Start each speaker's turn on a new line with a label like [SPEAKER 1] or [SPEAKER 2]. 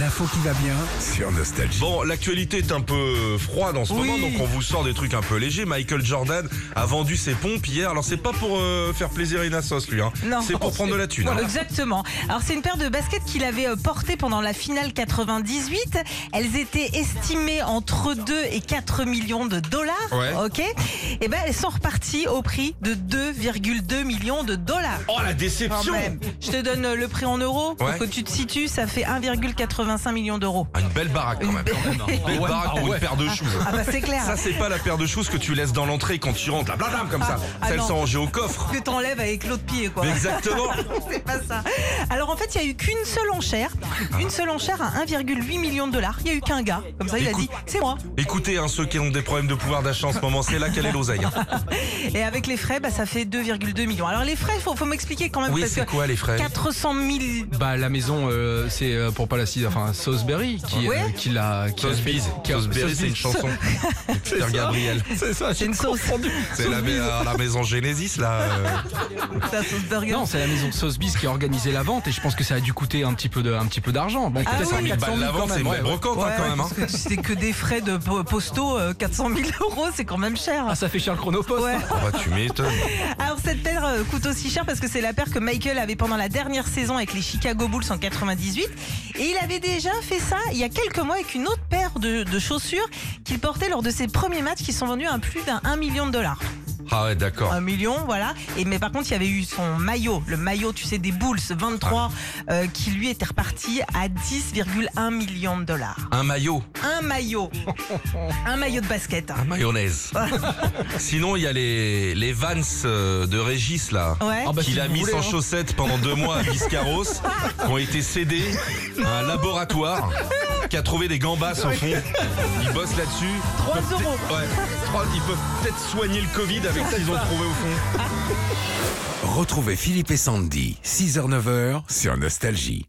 [SPEAKER 1] l'info qui va bien.
[SPEAKER 2] sur Nostalgie.
[SPEAKER 3] Bon, l'actualité est un peu froide en ce
[SPEAKER 1] Oui.
[SPEAKER 3] moment, donc on vous sort des trucs un peu légers. Michael Jordan a vendu ses pompes hier. Alors c'est pas pour euh, faire plaisir à Nassos lui, hein.
[SPEAKER 4] Non.
[SPEAKER 3] c'est pour prendre de la thune. hein.
[SPEAKER 4] Voilà, Exactement. Alors c'est une paire de baskets qu'il avait euh, portées pendant la finale 98. Elles étaient estimées entre 2 et 4 millions de dollars.
[SPEAKER 3] Ouais.
[SPEAKER 4] Ok. Et ben elles sont reparties au prix de 2,2 millions de dollars.
[SPEAKER 3] Oh la
[SPEAKER 4] Quand
[SPEAKER 3] déception
[SPEAKER 4] même. Je te donne euh, le prix en euros pour
[SPEAKER 3] Ouais.
[SPEAKER 4] que tu te situes. Ça fait 1,85 million d'euros.
[SPEAKER 3] Ah, Une belle baraque quand même. Une belle baraque pour une paire de choses.
[SPEAKER 4] Ah bah c'est clair.
[SPEAKER 3] Ça c'est pas la paire de choses que tu laisses dans l'entrée quand tu rentres, la blablam comme ça.
[SPEAKER 4] Ah, ah,
[SPEAKER 3] Celles
[SPEAKER 4] non.
[SPEAKER 3] sont rangées au coffre.
[SPEAKER 4] que t'enlèves avec l'autre pied quoi.
[SPEAKER 3] Exactement.
[SPEAKER 4] c'est pas ça. Alors en fait, il y a eu qu'une seule enchère, une seule enchère à 1,8 million de dollars. Il y a eu qu'un gars. Comme ça, il a
[SPEAKER 3] Écoute-
[SPEAKER 4] dit c'est moi.
[SPEAKER 3] Écoutez, hein, ceux qui ont des problèmes de pouvoir d'achat en ce moment, c'est là qu'elle est l'oseille. hein.
[SPEAKER 4] Et avec les frais, bah, ça fait 2,2 millions. Alors les frais, faut, faut m'expliquer quand même
[SPEAKER 3] Oui,
[SPEAKER 4] parce que
[SPEAKER 3] c'est quoi les frais
[SPEAKER 4] 400 000.
[SPEAKER 5] Bah la maison euh, c'est euh, pour pas la cise, enfin Salisbury qui, euh,
[SPEAKER 4] Ouais.
[SPEAKER 5] qui l'a qui a fait-
[SPEAKER 3] Sotheby's.
[SPEAKER 5] qui a-
[SPEAKER 3] Sotheby's, c'est
[SPEAKER 5] Sotheby's.
[SPEAKER 3] une chanson. Pierre Gabriel.
[SPEAKER 5] C'est ça,
[SPEAKER 4] C'est une sauce.
[SPEAKER 3] C'est la, la- la maison Genesis là. euh.
[SPEAKER 4] La sauce burger.
[SPEAKER 5] Non, c'est la maison Sotheby's qui a organisé la vente et je pense que ça a dû coûter un petit peu de un petit peu d'argent. Bon,
[SPEAKER 4] Ah
[SPEAKER 5] peut-être
[SPEAKER 4] oui.
[SPEAKER 5] pas 400
[SPEAKER 3] Bah,
[SPEAKER 5] 000
[SPEAKER 3] la
[SPEAKER 5] quand
[SPEAKER 3] vente, c'est
[SPEAKER 5] même,
[SPEAKER 3] une
[SPEAKER 5] ouais,
[SPEAKER 3] belle
[SPEAKER 5] ouais.
[SPEAKER 3] brocante hein,
[SPEAKER 4] Ouais,
[SPEAKER 3] quand
[SPEAKER 4] ouais,
[SPEAKER 3] même. hein.
[SPEAKER 4] parce que C'est que des frais de po- postaux, euh, 400 000 euros, c'est quand même cher.
[SPEAKER 5] Ah, ça fait Charles Chronopost.
[SPEAKER 4] Ouais.
[SPEAKER 3] Oh, bah, tu m'étonnes.
[SPEAKER 4] Alors cette paire euh, coûte aussi cher parce que c'est la paire que Michael avait pendant la dernière saison avec les Chicago Bulls en 98 et il avait déjà fait ça il y a quelques mois avec une autre paire de, de chaussures qu'il portait lors de ses premiers matchs qui sont vendus à plus d'un 1 million de dollars.
[SPEAKER 3] Ah ouais, d'accord.
[SPEAKER 4] 1 million, voilà. Et mais par contre, il y avait eu son maillot, le maillot, tu sais, des Bulls 23
[SPEAKER 5] Ah.
[SPEAKER 4] euh, qui lui était reparti à 10,1 millions de dollars.
[SPEAKER 3] Un maillot,
[SPEAKER 4] Un maillot. Un maillot de basket. hein.
[SPEAKER 3] un mayonnaise. Sinon, il y a les, les Vans euh, de Régis là.
[SPEAKER 4] Ouais.
[SPEAKER 5] Ah bah,
[SPEAKER 3] qu'il
[SPEAKER 5] si
[SPEAKER 3] a
[SPEAKER 5] vous
[SPEAKER 3] mis
[SPEAKER 5] voulez,
[SPEAKER 3] sans
[SPEAKER 5] hein.
[SPEAKER 3] chaussettes pendant deux mois à Biscarros, qui ont été cédés à un laboratoire qui a trouvé des gambas au fond. Ils bossent là-dessus.
[SPEAKER 4] 3 euros.
[SPEAKER 3] Ouais, trois- ils peuvent peut-être soigner le Covid avec ce qu'ils ont trouvé au fond.
[SPEAKER 2] Retrouvez Philippe et Sandy, 6h-9h sur Nostalgie.